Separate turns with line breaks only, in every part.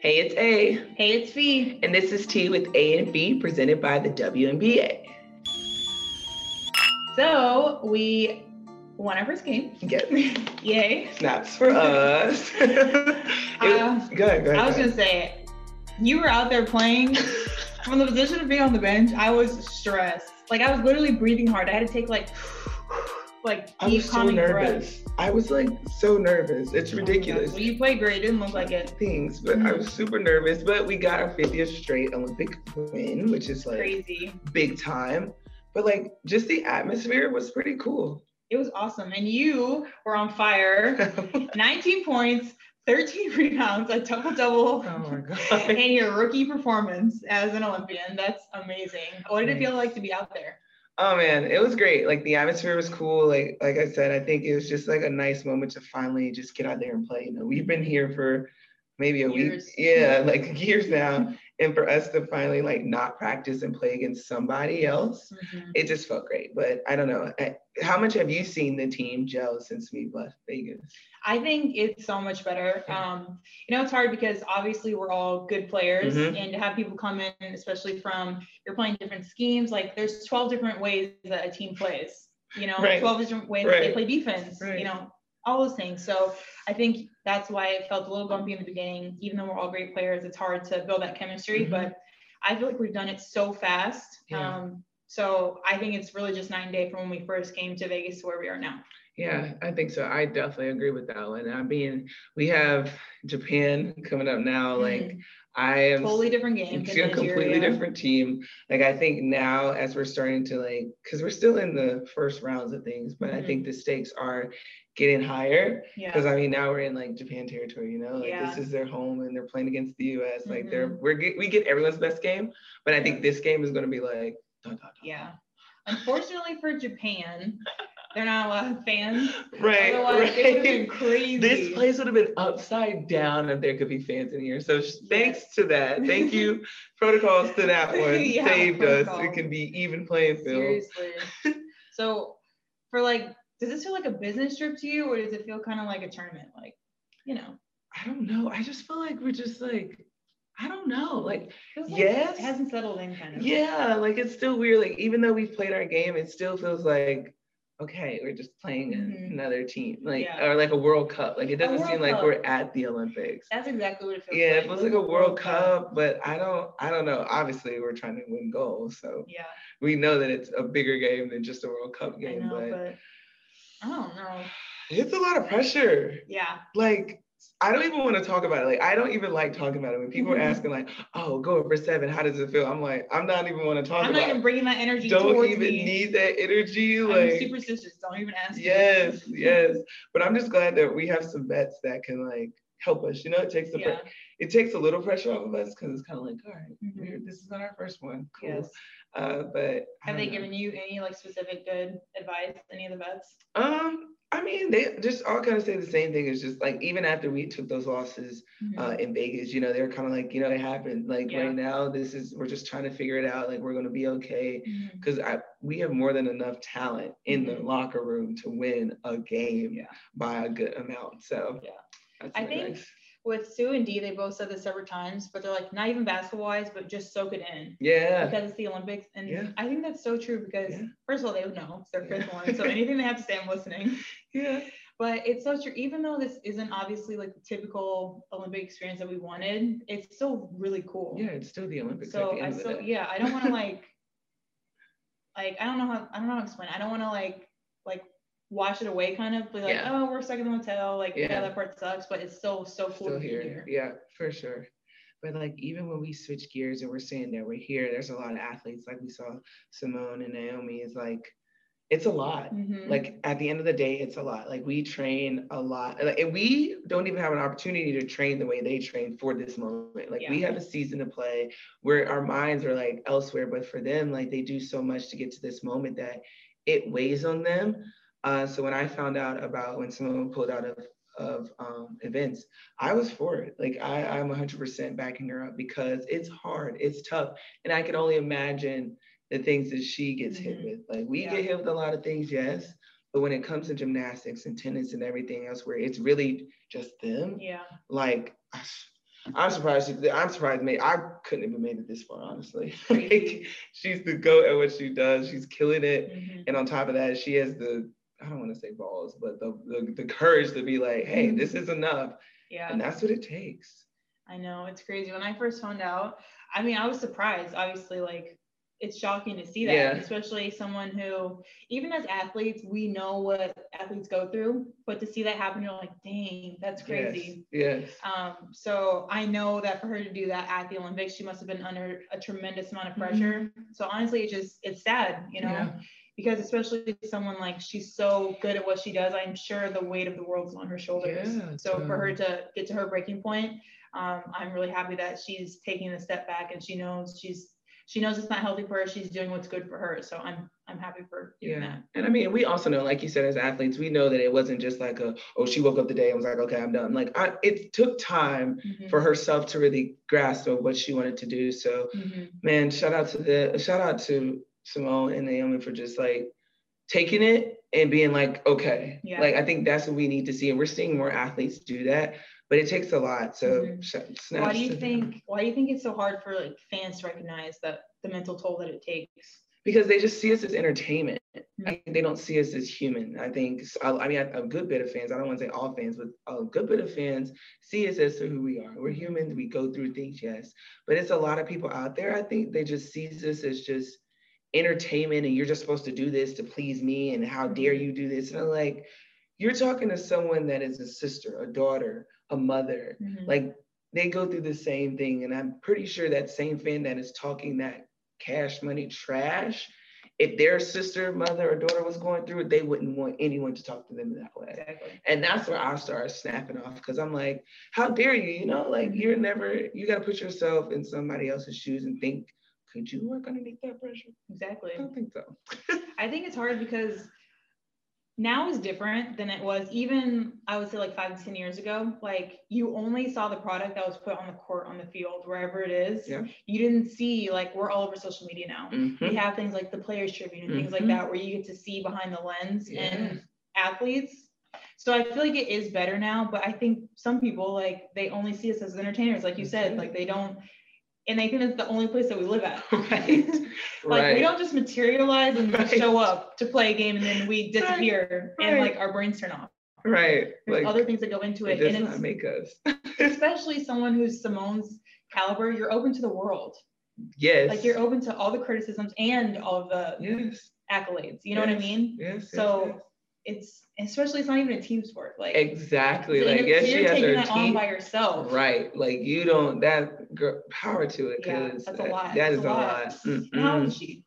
Hey, it's A,
Hey, it's V.
and this is Tea with A and B presented by the WNBA.
So we won our first game.
Get
Yay.
snaps for us. It-
Uh,
go ahead, go ahead.
I was
go ahead.
going to say, you were out there playing from the position of being on the bench. I was stressed. Like, I was literally breathing hard. I had to take, like, like
I
deep
was so
calming breaths.
nervous. I was like so nervous. It's
Oh my God.
ridiculous.
Well, you played great. It didn't look like it. Mm-hmm.
Things, but I was super nervous. But we got our 50th straight Olympic win, which is like
Crazy.
big time. But like just the atmosphere was pretty cool.
It was awesome. And you were on fire. 19 points, 13 rebounds, a double double.
my god.
and your rookie performance as an Olympian. That's amazing. What did it feel like to be out there?
Oh man, it was great. Like the atmosphere was cool. Like like I said, I think it was just like a nice moment to finally just get out there and play. You know, we've been here for maybe a
Years.
week. Yeah, like years now. And for us to finally like not practice and play against somebody else, it just felt great. But I don't know. I- How much have you seen the team gel since we left Vegas?
I think it's so much better. Um, you know, it's hard because obviously we're all good players,
Mhm.
and to have people come in, especially from you're playing different schemes, like there's 12 different ways that a team plays, you know,
Right.
12 different ways that
Right.
they play defense,
Right.
you know, all those things. So I think that's why it felt a little bumpy in the beginning. Even though we're all great players, it's hard to build that chemistry,
Mhm.
but I feel like we've done it so fast.
Yeah.
Um, so I think it's really just nine day from when we first came to Vegas to where we are now.
Yeah, I think so. I definitely agree with that one. I mean, we have Japan coming up now. Like I am
totally different game.
it's
than
a completely
Nigeria.
different team. Like I think now as we're starting to like, because we're still in the first rounds of things, but I
Mhm.
think the stakes are getting higher. Because
Yeah.
I mean now we're in like Japan territory, you know, like
Yeah.
this is their home and they're playing against the U.S. Like they're we're get, we get everyone's best game, but I think this game is going to be like. dun, dun, dun.
Yeah. Unfortunately for Japan, they're not a lot of fans.
Right.
Otherwise, it would have been
right.
crazy.
This place would have been upside down if there could be fans in here. So sh- thanks to that, thank you protocols to that one
Yeah,
saved us. It
protocols.
can be even playing field.
Seriously. so, for like, does this feel like a business trip to you, or does it feel kind of like a tournament? Like, you know,
I don't know. I just feel like we're just like, I don't know. Like,
feels like
Yes.
it hasn't settled in kind of.
yeah, like it's still weird. Like, even though we've played our game, it still feels like, okay, we're just playing
Mhm.
another team, like,
Yeah.
or like a World Cup. Like, it
A
doesn't
World
seem like
Cup.
we're at the Olympics.
That's exactly what it feels
Yeah,
like.
it feels like a World Cup, but I don't, I don't know. Obviously, we're trying to win goals, so
Yeah,
we know that it's a bigger game than just a World Cup
I
game.
know,
but,
but I don't know.
it's a lot of pressure.
Yeah,
like I don't even want to talk about it. Like I don't even like talking about it. When people are
Mhm.
asking like, "Oh, go over seven, how does it feel?" I'm like, I'm not even want to talk
I'm not
about.
even
it.
bringing that energy
Don't
towards
even
me.
need that energy.
I'm
Like
superstitious. Don't even ask. me.
yes, yes. But I'm just glad that we have some vets that can like help us. You know, it takes the
Yeah.
pre- it takes a little pressure off of us because it's kind of like, all right,
Mhm.
we're- this is not our first one. Cool.
Yes.
Uh, but I
Have
don't
they
know.
given you any like specific good advice? Any of the vets?
Um, I mean, they just all kind of say the same thing. It's just like even after we took those losses. uh, in Vegas, you know, they were kind of like, you know, it happened. Like
Yeah.
right now, this is we're just trying to figure it out. Like we're gonna be okay
Mhm.
because I we have more than enough talent in the
Mhm.
locker room to win a game
Yeah.
by a good amount. So
Yeah.
that's
I
my
think-
advice.
With Sue and Dee, they both said this several times, but they're like not even basketball wise, but just soak it in
yeah,
because it's the Olympics, and
Yeah.
I think that's so true because
Yeah.
first of all, they would know it's their fifth
Yeah.
one, so anything they have to say, I'm listening.
yeah,
But it's so true. Even though this isn't obviously like the typical Olympic experience that we wanted, it's still really cool.
yeah. It's still the Olympics. at
So
the
I
end of the
still
day.
yeah, I don't want to like like I don't know how I don't know how to explain. it. I don't want to like like wash it away kind of be like
Yeah.
oh we're stuck in the hotel like yeah.
Yeah.
that part sucks but it's still so cool
still
to be
here.
here.
Yeah, for sure. But like even when we switch gears and we're saying that we're here, there's a lot of athletes like we saw Simone and Naomi. Is like it's a lot.
Mhm.
like at the end of the day it's a lot like we train a lot like, and we don't even have an opportunity to train the way they train for this moment like we
Yeah.
have a season to play where our minds are like elsewhere but for them like they do so much to get to this moment that it weighs on them uh, so when i found out about when someone pulled out of of um, events i was for it like I, i'm 100% backing her up because it's hard it's tough and i can only imagine the things that she gets hit
Mhm.
with like we
Yeah.
get hit with a lot of things yes but when it comes to gymnastics and tennis and everything else where it's really just them
yeah
like I'm surprised. She, I'm surprised. Made, I couldn't have made it this far, honestly. like, she's the goat at what she does. She's killing it.
Mhm.
And on top of that, she has the I don't want to say balls, but the, the the courage to be like, hey, this is enough,
Mm-hmm. Yeah.
and that's what it takes.
I know it's crazy. When I first found out, I mean, I was surprised. Obviously, like it's shocking to see that,
Yeah.
especially someone who, even as athletes, we know what athletes go through. But to see that happen, you're like, dang, that's crazy.
Yes. yes.
Um, so I know that for her to do that at the Olympics, she must have been under a tremendous amount of pressure. So honestly, it just it's sad, you know,
Mm-hmm. Yeah.
because especially someone like she's so good at what she does. I'm sure the weight of the world's on her shoulders.
Yeah,
so for her
totally.
to get to her breaking point, um, I'm really happy that she's taking a step back and she knows she's she knows it's not healthy for her. She's doing what's good for her. So I'm I'm happy for doing
Yeah. And I mean, we also know, like you said, as athletes, we know that it wasn't just like a, oh, she woke up today and was like, okay, I'm done. Like, I, it took time
that. Mhm.
for herself to really grasp of what she wanted to do. So,
Mhm.
man, shout out to the, shout out to Simone and Naomi for just like taking it and being like, okay.
Yeah.
Like, I think that's what we need to see. And we're seeing more athletes do that, but it takes a lot. So,
Mhm.
sh- snaps
Why do
to
you
them.
think why do you think it's so hard for like fans to recognize that the mental toll that it takes?
because they just see us as entertainment. I think they don't see us as human. I think, I, I mean, a, a good bit of fans, I don't want to say all fans, but a good bit of fans see us as to who we are. We're humans, we go through things, yes. But it's a lot of people out there, I think they just sees us as just entertainment and you're just supposed to do this to please me and how dare you do this. And I'm like, you're talking to someone that is a sister, a daughter, a mother,
Mhm.
like they go through the same thing and i'm pretty sure that same fan that is talking that cash money trash if their sister mother or daughter was going through it they wouldn't want anyone to talk to them that way
exactly.
and that's where i started snapping off because i'm like how dare you you know like you're never you got to put yourself in somebody else's shoes and think could you work underneath that pressure
Exactly.
i don't think so
I think it's hard because now is different than it was even I would say like five to ten years ago. Like you only saw the product that was put on the court, on the field, wherever it is.
Yeah.
You didn't see like we're all over social media now.
Mhm.
We have things like the Players Tribune and things like
Mhm.
that where you get to see behind the lens
Yeah.
and athletes. So I feel like it is better now, but I think some people like they only see us as entertainers, like you
That's
said,
right.
like they don't, and they think that's the only place that we live at.
right
Like
right
we don't just materialize and
Right.
show up to play a game and then we disappear and
Right.
like our brains turn off.
right
There's
like
other things that go into
it
it,
does
and
not
it's
make us
especially someone who's Simone's caliber. You're open to the world,
yes
like you're open to all the criticisms and all of the
yes
accolades. You know what I
Yes.
mean?
yes
So-
yes, yes.
It's especially it's not even a team sport. Like
Exactly.
and
Like,
you're-
yes,
you're
she has
taking
her
that on
team.
by yourself.
Right. Like, you don't, that girl, power to it.
Yeah,
'cause
that's a
that-
lot.
That
That's
is Mm-hmm.
a lot. And How old
Mm-mm.
is she?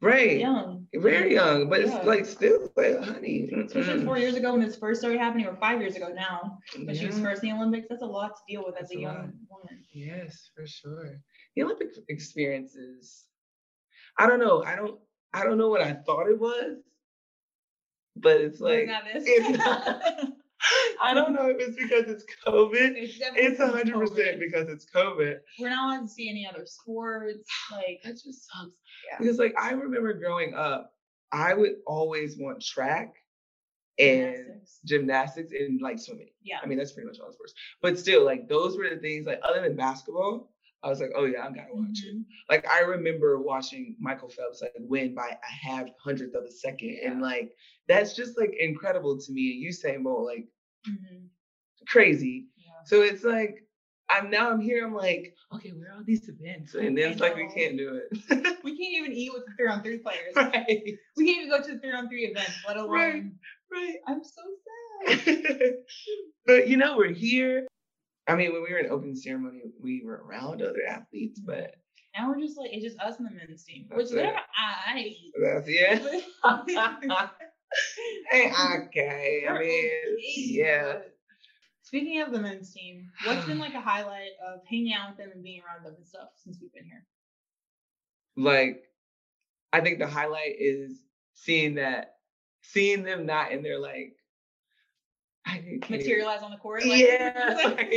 Right.
Young.
Very young, but
Yeah.
it's like still like, honey.
Especially
mm-mm.
four years ago when this first started happening, or five years ago now. when she was
Yeah.
first in the Olympics. That's a lot to deal with
That's
as a
a
young
lot.
woman.
Yes, for sure. The Olympic experience is, I don't know. I don't, I don't know what I thought it was, but it's like, it's not- I don't know if it's because it's COVID. It's a hundred percent because it's COVID.
We're not allowed to see any other sports. Like,
That just sucks.
Yeah.
Because like I remember growing up, I would always want track and
gymnastics.
gymnastics and like swimming.
yeah,
I mean, that's pretty much all the sports. But still, like those were the things like other than basketball, I was like, oh yeah, I gotta watch it.
Mhm.
Like I remember watching Michael Phelps like win by a half hundredth of a second. And like that's just like incredible to me. And you say Mo, like
Mhm.
crazy.
Yeah.
So it's like I'm now I'm here, I'm like, okay, where are all these events? And then
I
it's like we
know.
can't do it.
We can't even eat with the three on three players.
right.
We can't even go to the three on three events, let alone.
Right. Right.
I'm so sad.
but you know, we're here. I mean, when we were in open ceremony, we were around other athletes, but
Now we're just like it's just us and the men's team,
That's
which they're
it.
not. I.
that's yeah. hey, okay. I
We're
mean,
okay,
yeah.
but- Speaking of the men's team, what's been like a highlight of hanging out with them and being around them and stuff since we've been here?
Like, I think the highlight is seeing that, seeing them not in their like I can't even-
Materialize on the court?
Yeah, like,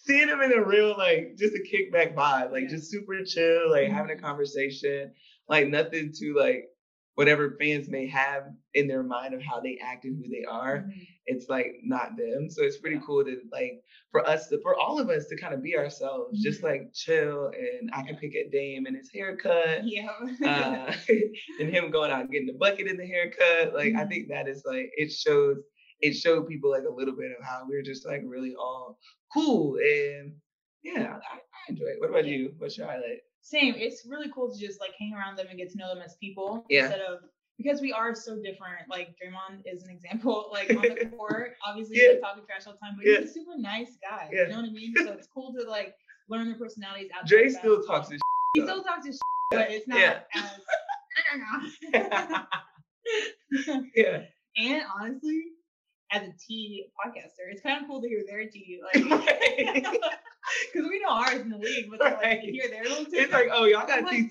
seeing them in a real like just a kickback vibe, like
Yeah.
just super chill, like having
Mhm.
a conversation, like nothing too like whatever fans may have in their mind of how they act and who they are
Mhm.
it's like not them so it's pretty cool to like for us to, for all of us to kind of be ourselves just like chill and i can pick at dame and his haircut
Yeah.
uh, and him going out and getting the bucket in the haircut like i
Mhm.
think that is like it shows it showed people like a little bit of how we're just like really all cool and yeah i, I enjoy it what about you what's your highlight
Same. It's really cool to just like hang around them and get to know them as people
Yeah.
instead of because we are so different. Like Draymond is an example. Like on the court, obviously
Yeah.
we talk and trash all the time, but
Yeah.
he's a super nice guy.
Yeah.
You know what I mean? So it's cool to like learn their personalities out.
Dre still talks his
He
though.
still talks his shit, but it's not
Yeah.
as.
yeah
and honestly, as a tea podcaster, it's kind of cool to hear their tea. Like because we know ours in the league, but like,
Right.
to hear their little tea.
it's like oh y'all got tea
Like,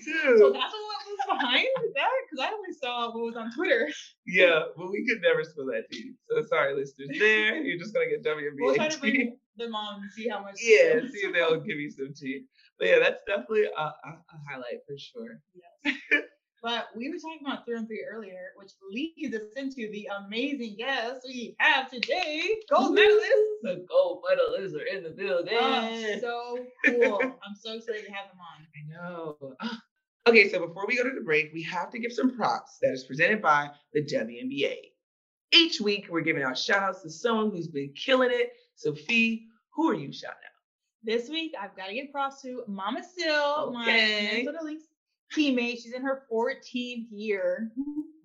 too
So that's what was behind that? Because I only saw what was on Twitter.
Yeah, but we could never spill that tea. So sorry, listeners. There, you're just gonna get WNBA
We'll try to
tea.
bring the mom and see how much. she
Yeah,
knows.
see if they'll give you some tea. But yeah, that's definitely a, a, a highlight for sure.
But we were talking about three on three earlier, which leads us into the amazing guest we have today, gold medalist.
The gold medalists are in the building.
Oh, so cool! I'm so excited to have him on.
I know. Okay, so before we go to the break, we have to give some props that is presented by the WNBA. Each week, we're giving out shout outs to someone who's been killing it. Sophie, who are you shouting out?
This week, I've got to give props to Mama Still, my
Okay.
Minnesota Lynx teammate. She's in her 14th year.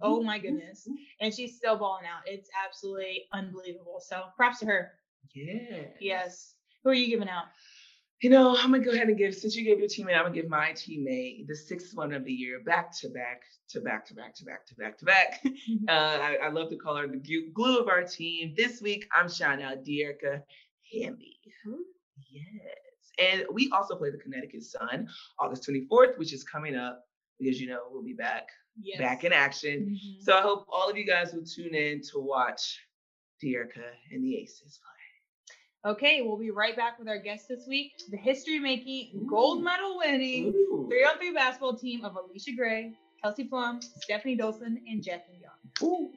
Oh my goodness. And she's still balling out. It's absolutely unbelievable. So props to her.
Yeah.
Yes. Who are you giving out?
You know, I'm gonna go ahead and give since you gave your teammate, I'm gonna give my teammate the sixth one of the year, back to back, to back to back to back to back to back. Uh, I, I love to call her the gu- glue of our team. This week, I'm shouting out Deerica Hamby.
Ooh.
Yes, and we also play the Connecticut Sun August 24th, which is coming up because you know we'll be back,
Yes.
back in action.
Mhm.
So I hope all of you guys will tune in to watch Deerica and the Aces
Okay, we'll be right back with our guest this week, the history making, gold medal
play.
winning
Ooh.
three on three basketball team of Alicia Gray, Kelsey Plum, Stephanie Dolson, and Jackie Young.
Ooh.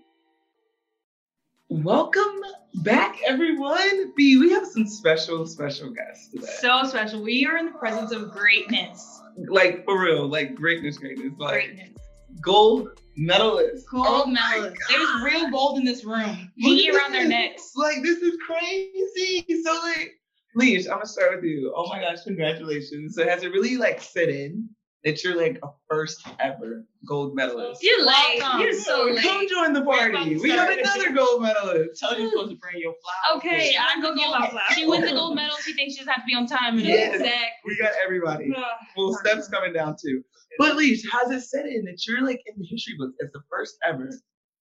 Welcome back, everyone. B, we have some special, special guests today.
So special. We are in the presence of greatness.
like for real, like greatness, greatness, like
Greatness.
gold medalists.
Gold
Oh my
medalists. There's real gold in this room.
Look
Hanging
at
around their
this.
necks.
Like this is crazy. So like, Leash, I'm gonna start with you. Oh my gosh, congratulations. So has it really like set in that you're like a first ever gold medalist?
You're late.
Welcome.
You're so
Come
late.
join the
about
party.
to
We have
start.
another gold medalist. Tell you you're supposed to bring your flowers.
Okay, I'm gonna get my flowers. She wins the gold medal. She thinks she just has to be on time. And
Yes.
Exactly.
We got everybody. Well, Steph's coming down too. But Leash, how's it set in that you're like in the history books as the first ever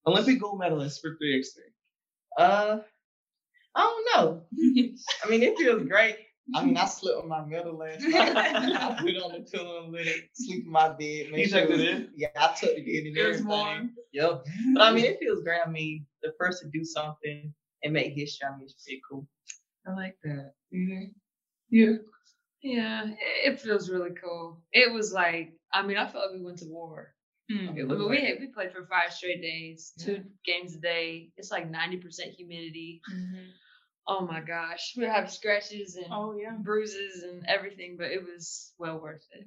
Olympic gold medalist for 3x3?
Uh, I don't know. I mean, it feels great. I mean, I slept on my medal last night. I put on the pillow and let it sleep in my bed.
You
Make sure
tucked it
was-
in?
Yeah, I took it in and
It was
everything.
warm?
Yep. But I mean, it feels great. I mean, the first to do something and make history, I mean, it's pretty cool. Mm-hmm.
I like that. Mhm. Yeah.
Yeah, it feels really cool. It was like, I mean, I felt like we went to war.
Hmm.
It
But
looked
we
like-
had, we played for five straight days, two games a day. It's like ninety percent humidity.
Mm-hmm.
Oh my gosh, we have scratches and
Oh, yeah.
bruises and everything, but it was well worth it.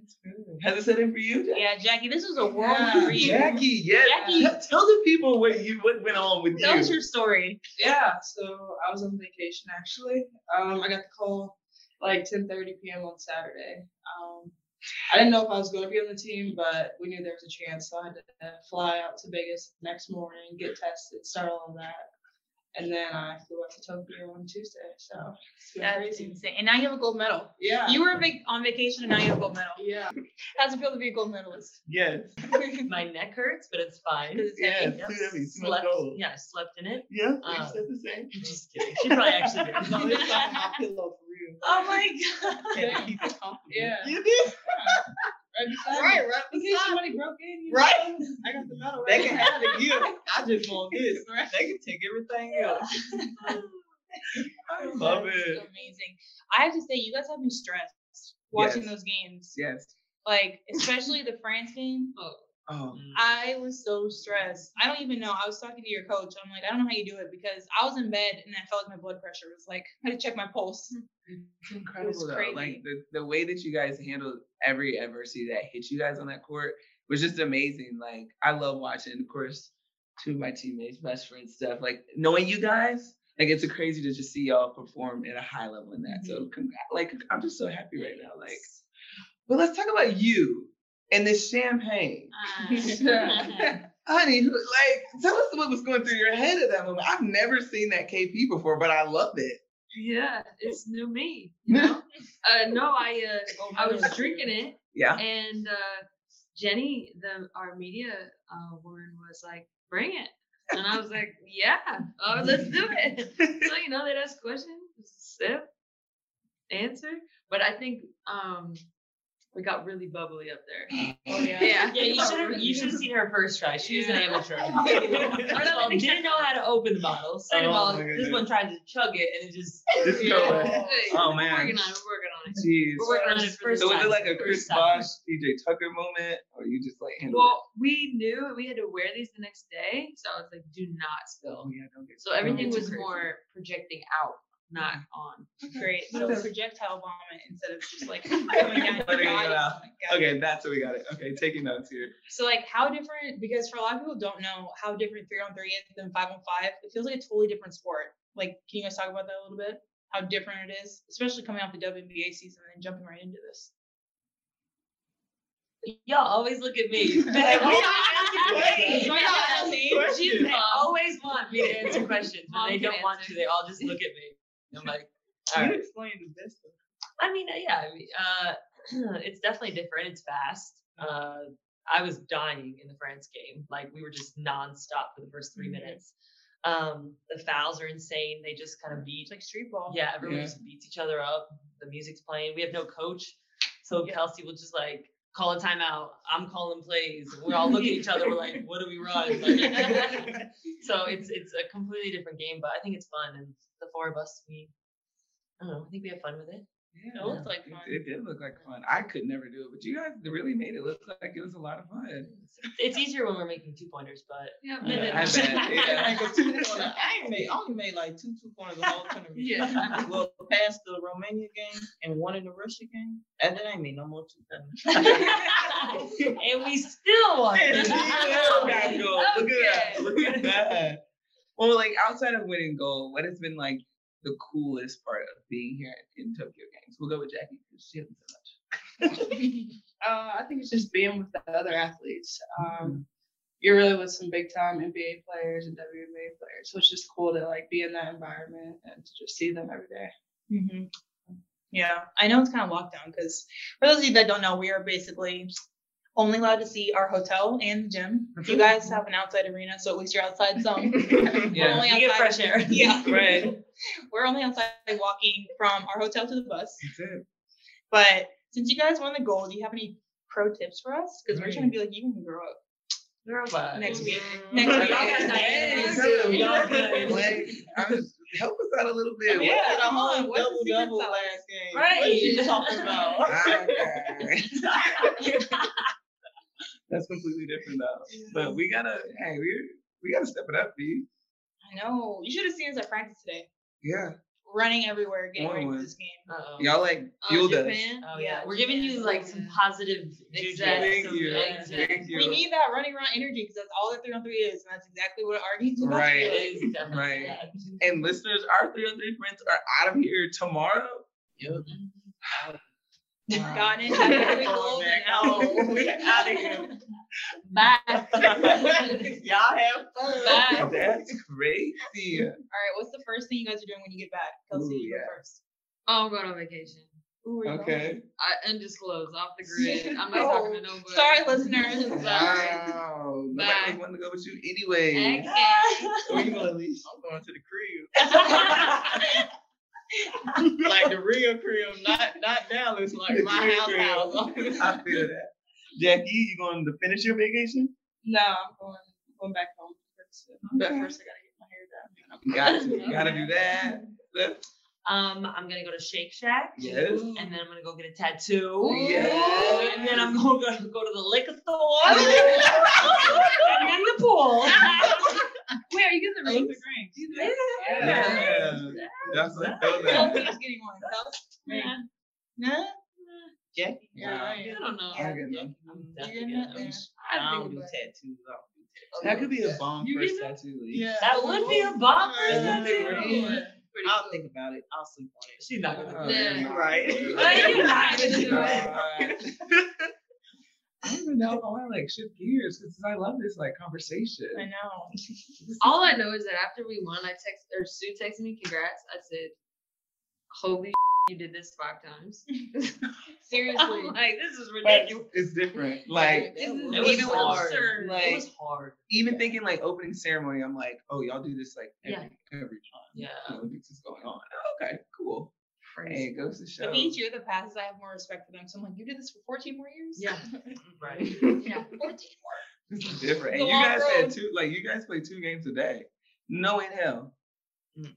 Has it set in for you? Jack?
Yeah, Jackie, this was a
whirlwind for you.
Jackie, yes.
Jackie.
Tell- Tell the people what you what went on with you.
story.
Yeah, so I was on vacation actually. Um, I got the call like 10:30 p.m. on Saturday. Um, I didn't know if I was going to be on the team, but we knew there was a chance, so I had to fly out to Vegas the next morning, get tested, start all of that, and then I flew out to Tokyo on Tuesday. So it's been
That's
crazy.
insane. And now you have a gold medal.
Yeah.
You were vac- on vacation and now you have a gold medal.
yeah.
How's it feel to be a gold medalist?
Yes.
my neck hurts, but it's fine.
'Cause it's
Yeah.
heavy.
Dude, that'd be too much
Slept,
gold.
yeah, I slept in it.
Yeah.
Uh,
Leash said the same.
Just kidding. She probably actually did.
No, it's like my pillow for real.
Oh my god.
Can't keep it company.
Yeah.
"Oh, You did.
Right beside me.
right.
In case somebody broke in, you
Right.
know, I got the medal.
They
right
can
now.
have the gift. I just want this. They can take everything else.
I love it.
Amazing. I have to say, you guys have me stressed watching
Yes.
those games.
Yes.
Like, especially the France game.
Oh.
Oh,
I was so stressed. I don't even know. I was talking to your coach. I'm like, I don't know how you do it because I was in bed and I felt like my blood pressure was like, I had to check my pulse.
it's incredible though.
crazy.
Like the, the way that you guys handled every adversity that hit you guys on that court was just amazing. Like I love watching, of course, two of my teammates, best friends, stuff. Like knowing you guys, like it's crazy to just see y'all perform at a high level in that. So congr- like I'm just so happy right now. Like, but let's talk about you and this champagne. Honey, who- like tell us what was going through your head at that moment. I've never seen that KP before, but I love it.
yeah, it's new me. You know? uh, no, I uh, I was drinking it,
Yeah.
and uh, Jenny, the our media uh, woman, was like, "Bring it," and I was like, "Yeah, oh, let's do it." so you know, they'd ask questions, sip, answer, but I think um, we got really bubbly up there.
Oh, yeah.
Yeah,
Yeah, you should have you should have seen her first try. She was an
Yeah.
amateur. First of all, didn't know how to open the bottle. Second of
Oh
all,
my
this
goodness.
one tried to chug it and it just
This
Yeah.
girl.
Hey,
Oh,
we're
man.
working on it. We're working on it.
Jeez.
We're working on it for the
So was
time.
it like a Chris
First time.
Bosh, DJ Tucker moment, or you just like handled
Well, we knew we had to wear these the next day, so I was like, "Do
it?
not
Oh
spill."
yeah, don't get
So everything
too
was
crazy.
more projecting out, not on.
Great. So
Okay.
projectile vomit instead of just like coming down your
Letting it
body.
out.
Yeah.
Okay, that's what we got it. Okay, taking notes here.
So like how different because for a lot of people don't know how different three on three is than five on five. It feels like a totally different sport. Like can you guys talk about that a little bit? How different it is, especially coming off the WNBA season and then jumping right into this.
y'all always look at me.
Wait,
Why not, Elsie?
She's- they
Mom.
always want me to answer questions.
Mom
and they
can
don't want
answer.
to. They all just look at me. I'm like, all
You
right.
explained it best.
I mean, uh, yeah, I mean, uh, it's definitely different. It's fast. Uh, I was dying in the France game. Like we were just nonstop for the first 3
Mhm.
minutes. Um, the fouls are insane. They just kind of beat.
It's like street ball.
Yeah, everyone
Yeah.
just beats each other up. The music's playing. We have no coach, so Kelsey will just like call a timeout. I'm calling plays. We all look at each other. We're like, what do we run? Like, so it's it's a completely different game, but I think it's fun. And the four of us, we, I don't know. I think we have fun with it.
It looks like
It,
fun.
it did look like fun. I could never do it, but you guys really made it look like it was a lot of fun.
It's easier when we're making two pointers, but
Yeah, but
Yeah,
then-
I bet.
I
Yeah.
ain't gonna tell you, I ain't made, I only made like two two pointers the whole tournament.
Yeah.
I was well past the Romania game and one in the Russia game. And then I ain't made no more two pointers.
and we still won.
Yeah, got gold. Look at that. Look at that. Well, like outside of winning gold, what has been like the coolest part of being here in Tokyo Games? We'll go with Jackie because she hasn't said much.
Uh, I think it's just being with the other athletes. Um, you're really with some big time NBA players and WNBA players, so it's just cool to like be in that environment and to just see them every day.
hmm Yeah, I know it's kind of lockdown because for those of you that don't know, we are basically only allowed to see our hotel and the gym. You guys have an outside arena, so at least you're outside some.
Yeah.
only
You get fresh air.
Yeah,
Right.
we're only outside walking from our hotel to the bus.
That's it.
But since you guys won the gold, do you have any pro tips for us? Because we're trying to be like you when we grow up.
Girl, but-
Next week.
Mm.
Next week.
Y'all got Diana
Yeah.
too. Y'all good.
Like, I'm just- help us out a little bit.
Yeah,
What-
The
come on,
whole
what's
double
the secret
double
sauce?
last game. What are
Right.
you talking about?
Okay. That's completely different though. But we gotta, hey, we we gotta step it up, B.
I know. You should have seen us at practice today,
Yeah.
running everywhere, getting
One
ready for
was-
this game.
Uh-oh.
Y'all like
Oh,
fueled us.
Japan?
Oh
Yeah,
yeah, we're giving you like some
yeah.
positive juju.
Exactly.
Thank you.
Yeah.
Thank
We
you.
need that running around energy because that's all that three on three is, and that's exactly what our game's about.
Right.
It is definitely
Right.
that.
And listeners, our 303 friends are out of here tomorrow.
Got it. Have a good gold and out.
we out of here.
Bye.
Y'all have fun.
Bye.
That's crazy.
All right, what's the first thing you guys are doing when you get back? Kelsey,
Ooh,
you go
yeah.
first.
Oh, I'm going on vacation.
Ooh, where you going?
Okay.
I undisclosed, off the grid. I'm not
Oh,
talking to nobody.
Sorry, listeners.
Sorry.
Wow. Nobody
Bye.
wanted to go with you anyway.
Okay.
Where you going, Alicia? I'm going to the crib. like the real crib, not not Dallas, like
The
my
real
house house.
I feel that. Jackie, you going to finish your vacation?
No, I'm going going back home. That's it. But first, I gotta get my hair done.
Got to. Gotta do that. That's
Um, I'm gonna go to Shake Shack,
Yes.
and then I'm gonna go get a tattoo,
Yes. Oh,
and then I'm gonna go, go to the liquor store, and then the pool.
Wait, are you getting the rings?
Yeah. That's what I'm
I don't
feeling.
think he's getting one.
Yeah.
No?
Yeah.
Yeah.
I don't know.
I don't know.
I'm
You're
definitely
not
gonna.
there.
I
I
don't
think
do
about
tattoos. I don't do tattoos.
That could be a bomb
You
first
get it?
tattoo. leak.
Yeah.
That would be a bomb for a
Yeah.
tattoo.
Yeah.
Pretty
I'll
cool.
think about it. I'll sleep on it.
She's not gonna. do
Yeah.
it.
You're right.
Like, you're not gonna do it.
I don't even know if I want to like shift gears because I love this like conversation.
I know.
All I know is that after we won, I text or Sue texted me, congrats. I said, holy you did this five times.
Seriously.
I'm like, this is
But
ridiculous.
it's different. Like
Oh This is
It was
Even with
hard.
absurd.
it
like-
was hard.
even thinking like opening ceremony, I'm like, oh y'all do this like every every time.
Yeah.
You know, this is going on. Okay, cool. Hey, it goes to show.
But each year that passes, I have more respect for them. So I'm like, you did this for 14 more years?
Yeah.
Right.
Mm-hmm.
Yeah. 14.
This is different.
The
And you
long
guys had
road.
two like you guys play two games a day. No in hell.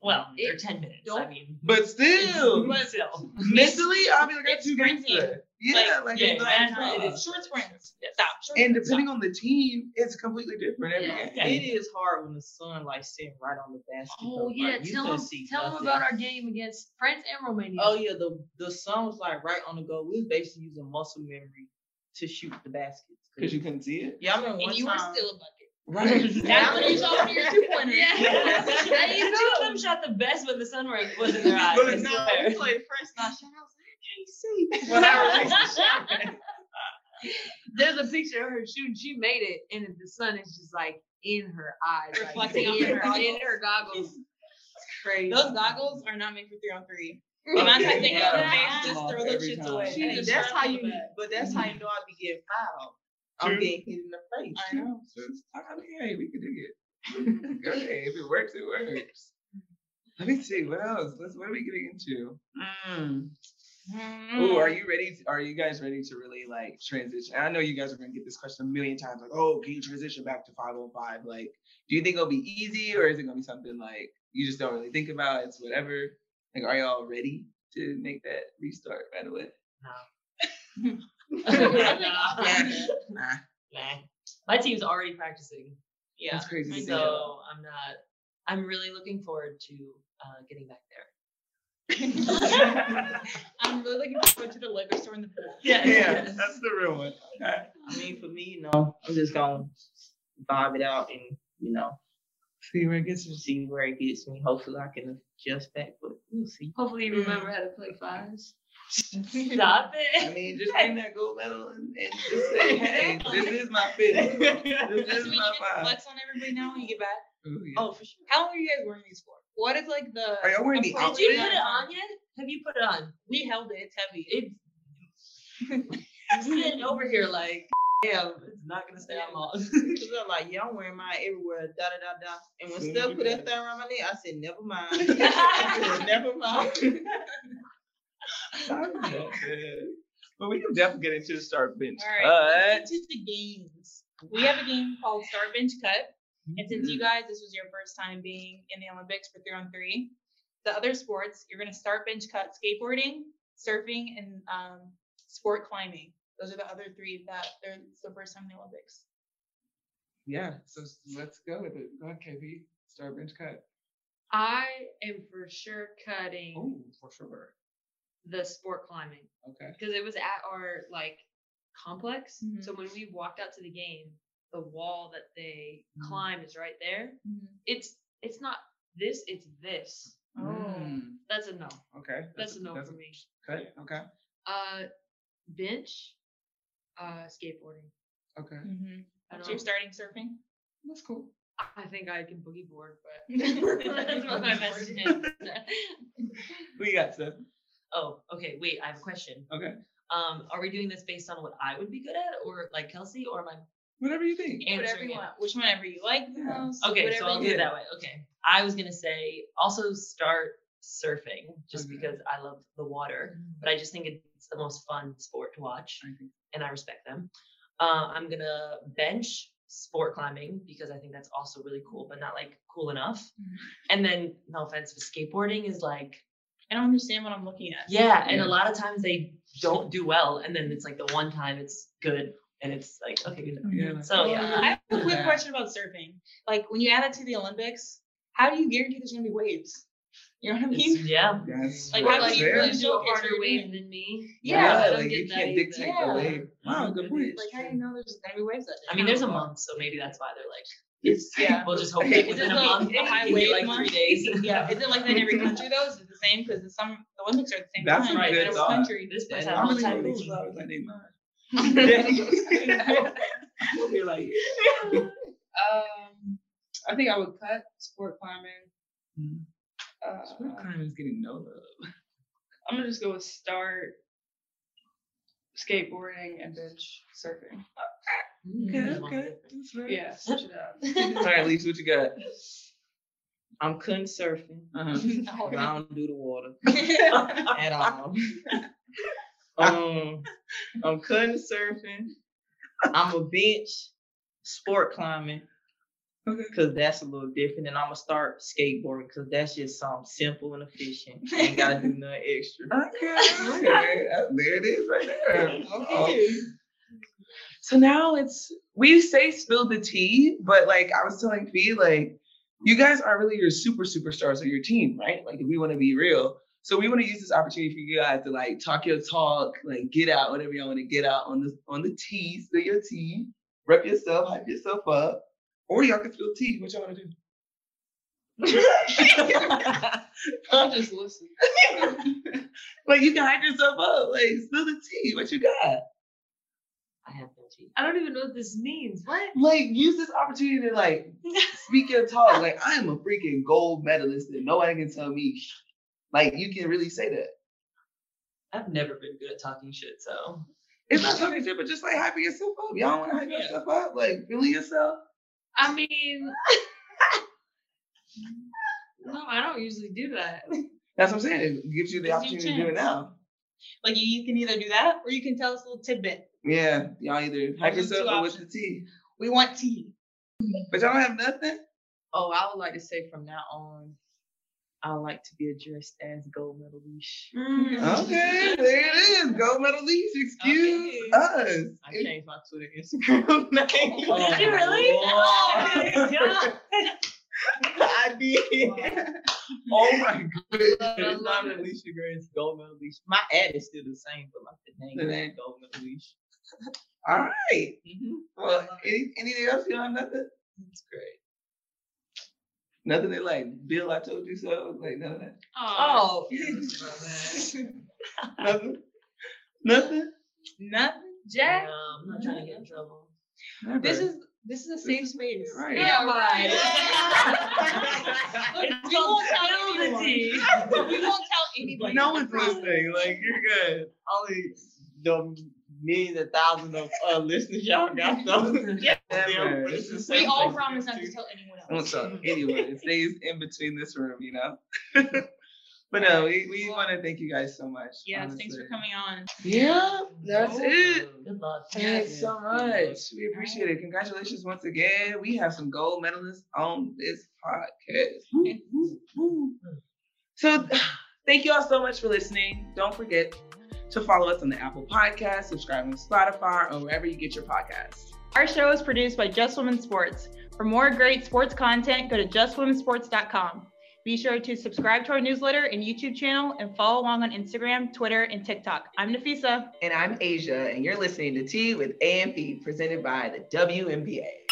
Well,
It-
they're ten minutes. I
don't-
mean,
But still,
but still,
mentally, I'll be like, I got
It's
two games
sprinting.
today. Yeah, like,
yeah,
it's
that's
like,
right. It
uh,
is.
Short sprints. Stop. Short
and depending on the team, it's completely different every
Yeah.
game.
Okay.
It is hard when the sunlight sitting right on the basketball.
Oh yeah,
Like, you
tell
couldn't
them,
see
tell them
nothing.
about our game against France and Romania.
Oh yeah, the the sun was like right on the go. We was basically using muscle memory to shoot the baskets.
Because you couldn't see it.
yeah, I remember
And
one
you were
time.
still a bucket.
Right.
That's when you saw your two pointers.
Yeah. There you
Two of
go.
them shot the best when the sun was was in their eyes.
But
I
no,
swear.
played first, not shot. I was like,
when I released the shot.
There's a picture of her shooting. She made it, and the sun is just like in her eyes, like,
Reflecting on
in,
her
her, in
goggles.
her goggles. It's crazy.
Those goggles are not made for three on three.
Oh,
Amount of times they
yeah.
go
Yeah.
fast, just
Come
throw
off
those
every
shits
time.
away.
See,
And
that's
just
how
run
you,
on the back.
but that's how you know I be getting fouled. I'm
True.
getting hit in the face.
I know.
I mean, hey, we can do it. Go ahead. If it works, it works. Let me see what else. Let's, what are we getting into? Mm.
Mm-hmm.
Ooh, are you ready? Are you guys ready to really like transition? I know you guys are gonna get this question a million times. Like, oh, can you transition back to 505? Like, do you think it'll be easy, or is it gonna be something like you just don't really think about? It's whatever. Like, are y'all ready to make that restart right away?
Uh,
Nah,
Nah. My team's already practicing,
Yeah.
that's crazy. to think about.
so I'm not. I'm really looking forward to uh, getting back there.
I'm really looking forward to the liquor store in the pool.
Yeah,
yeah, that's the real one. Okay.
I mean, for me, you know, I'm just gonna vibe it out and you know
See where it gets you.
see where it gets me. Hopefully, I can adjust that, but we'll see.
Hopefully, you remember how to play fives.
Stop
I
it.
mean, just bring that gold medal and, and just say, hey, this is my fifth. This
That's
is
when you
my
get to
five.
flex on everybody now when you get back.
Ooh, yeah.
Oh, for sure.
How long are you guys wearing these for? What is like the?
Are y'all wearing the
appropriate
Did you put
amount
it
of
on
time?
yet? Have you put it on?
We held it. It's heavy.
It's I'm sitting over here like, damn, it's not gonna stay on long.
Cause I'm like, yeah, I'm wearing mine everywhere, da da da da. And when
Mm,
Steph
you
put that
better.
thing around my neck, I said, never mind. I said, never mind.
Sorry about that. Oh, But we can definitely get into the start bench.
All right. Let's get into the games. We have a game called Star Bench Cut,
Mm-hmm.
and since you guys this was your first time being in the Olympics for three on three, the other sports you're gonna start bench cut skateboarding, surfing, and um, sport climbing. Those are the other three that they're it's the first time in the Olympics.
Yeah, so s- let's go with it. Go ahead, KP. Start bench cut.
I am for sure cutting
Oh, for sure.
the sport climbing.
Okay.
because it was at our like complex.
Mhm.
So when we walked out to the game, the wall that they climb is right there.
Mm-hmm.
It's it's not this, it's this.
Oh.
Mm,
That's a no.
okay.
That's a no
that's
for me.
Cut. Okay.
Uh, bench, uh, skateboarding.
Okay.
I,
So you're
don't,
Mm-hmm. starting surfing.
That's cool.
I think I can boogie board, but that's not my best.
We got Seth.
Oh, okay. Wait, I have a question.
Okay.
Um, are we doing this based on what I would be good at, or like Kelsey, or am I?
Whatever you think.
You do whatever
Answering
you
it.
want, which one ever you like the
Yeah.
most.
Okay,
whatever
so I'll
you
do it
want.
that way. Okay. I was gonna say also start surfing just
Okay.
because I love the water, but I just think it's the most fun sport to watch,
I think-
and I respect them. Uh, I'm gonna bench sport climbing because I think that's Mm. also really cool, but not like cool enough. And then, no offense, but skateboarding is like
I don't understand what I'm looking at.
Yeah, and a lot of times they don't do well, and then it's like the one time it's good, and it's like okay, good.
Yeah.
So yeah,
I have a quick
Yeah.
question about surfing. Like when you add it to the Olympics, how do you guarantee there's gonna be waves? You know what I mean?
It's- yeah.
That's
Like,
what
how
I'm
do
like you
you
saying.
really
do
joke
a
if you're
harder
doing-
wave than me.
Yeah,
I don't
like
get
you
that
can't
either.
dictate the
Yeah.
wave. Wow, good point.
Like how do you know there's gonna be waves? That day?
I mean, there's a month, so maybe that's why they're like,
It's
Yeah.
we'll just hope that
Is
within
it
a
like
month,
a high
give it,
wave
like
month?
three days.
yeah, is it like that in every country though? Is it the same? Because some the Olympics are at the same
That's a
time.
good
but every
thought.
country.
This place
is-
has
How
all
many
the time.
rules I was like, they mine.
You're like,
Um, I think I would cut sport climbing.
Hmm.
Uh,
Sport crime is getting no love.
I'm gonna just go with start skateboarding and bench surfing.
Mm,
Okay, okay. That's right.
Yeah, switch it up.
All right, Lisa, what you got?
I'm couldn't surfing.
Uh-huh.
No.
I don't do the water at all. um, I'm couldn't surfing. I'm a bench sport climbing.
Okay.
Cause that's a little different, and I'm gonna start skateboarding because that's just something simple and efficient. Ain't gotta do nothing extra.
Okay, okay. Uh, There it is right there.
Okay.
So now it's we say spill the tea, but like I was telling Fee, like you guys aren't really your super superstars of your team, right? Like if we want to be real. So we want to use this opportunity for you guys to like talk your talk, like get out whatever y'all want to get out on the on the tea, spill your tea, rep yourself, hype yourself up, or y'all can spill tea. What y'all want to do?
I'll just listen.
Like you can hype yourself up, like spill the tea. What you got?
I have no teeth.
I don't even know what this means. What?
like use this opportunity to like speak your talk. Like I am a freaking gold medalist and nobody can tell me. sh- Like you can really say that.
I've never been good at talking shit, so
It's not talking shit, but just like hype yourself up. Y'all want to hype yourself up, like feeling yourself.
I mean, no, I don't usually do that.
That's what I'm saying. It gives you the
Gives you
opportunity to do it
chance.
now.
Like you, you can either do that or you can tell us a little tidbit.
Yeah, y'all either hype
Those are
yourself
two
up with the tea,
We want tea.
but y'all don't have nothing.
Oh, I would like to say from now on, I would like to be addressed as gold medal leash.
Mm.
Okay, there it is. Gold medalist. Excuse
Okay.
us.
I changed my Twitter Instagram name.
Did
you really?
Lord. I did.
Oh my goodness.
It's not Alicia Gray, it's Gold Medal Leash. My ad is still the same, but like the name
The
is
name.
Gold Medal Leash.
All right.
Mm-hmm.
Well, any, anything else? You don't have nothing?
That's great.
Nothing that like Bill, I told you so. Like none of that.
Oh,
Oh,
Nothing. nothing.
Nothing.
Jack.
No, I'm not trying to get in trouble.
This
Never.
is this is a safe space.
right.
Yeah, right.
Look, we won't tell
Spill the
anyone.
tea.
We won't tell anybody.
Like,
no one's listening. Like you're good.
Only the millions and thousands of uh, listeners y'all got though.
Yeah.
Never. This is
We
safe
all
place.
promise not to tell anyone
I won't
else.
tell anyone. It stays in between this room, you know. but no, we, we want to thank you guys so much.
Yes, thanks
honestly.
for coming on.
Yeah, that's it.
Good luck.
Thanks so much. We appreciate it. Congratulations once again. We have some gold medalists on this podcast. Woo, woo, woo. So, thank you all so much for listening. Don't forget to follow us on the Apple Podcast, subscribe on Spotify, or wherever you get your podcasts.
Our show is produced by Just Women Sports. For more great sports content, go to justwomensports.com. Be sure to subscribe to our newsletter and YouTube channel and follow along on Instagram, Twitter, and TikTok. I'm Nafisa.
And I'm Asia, and you're listening to Tea with AMP, presented by the WNBA.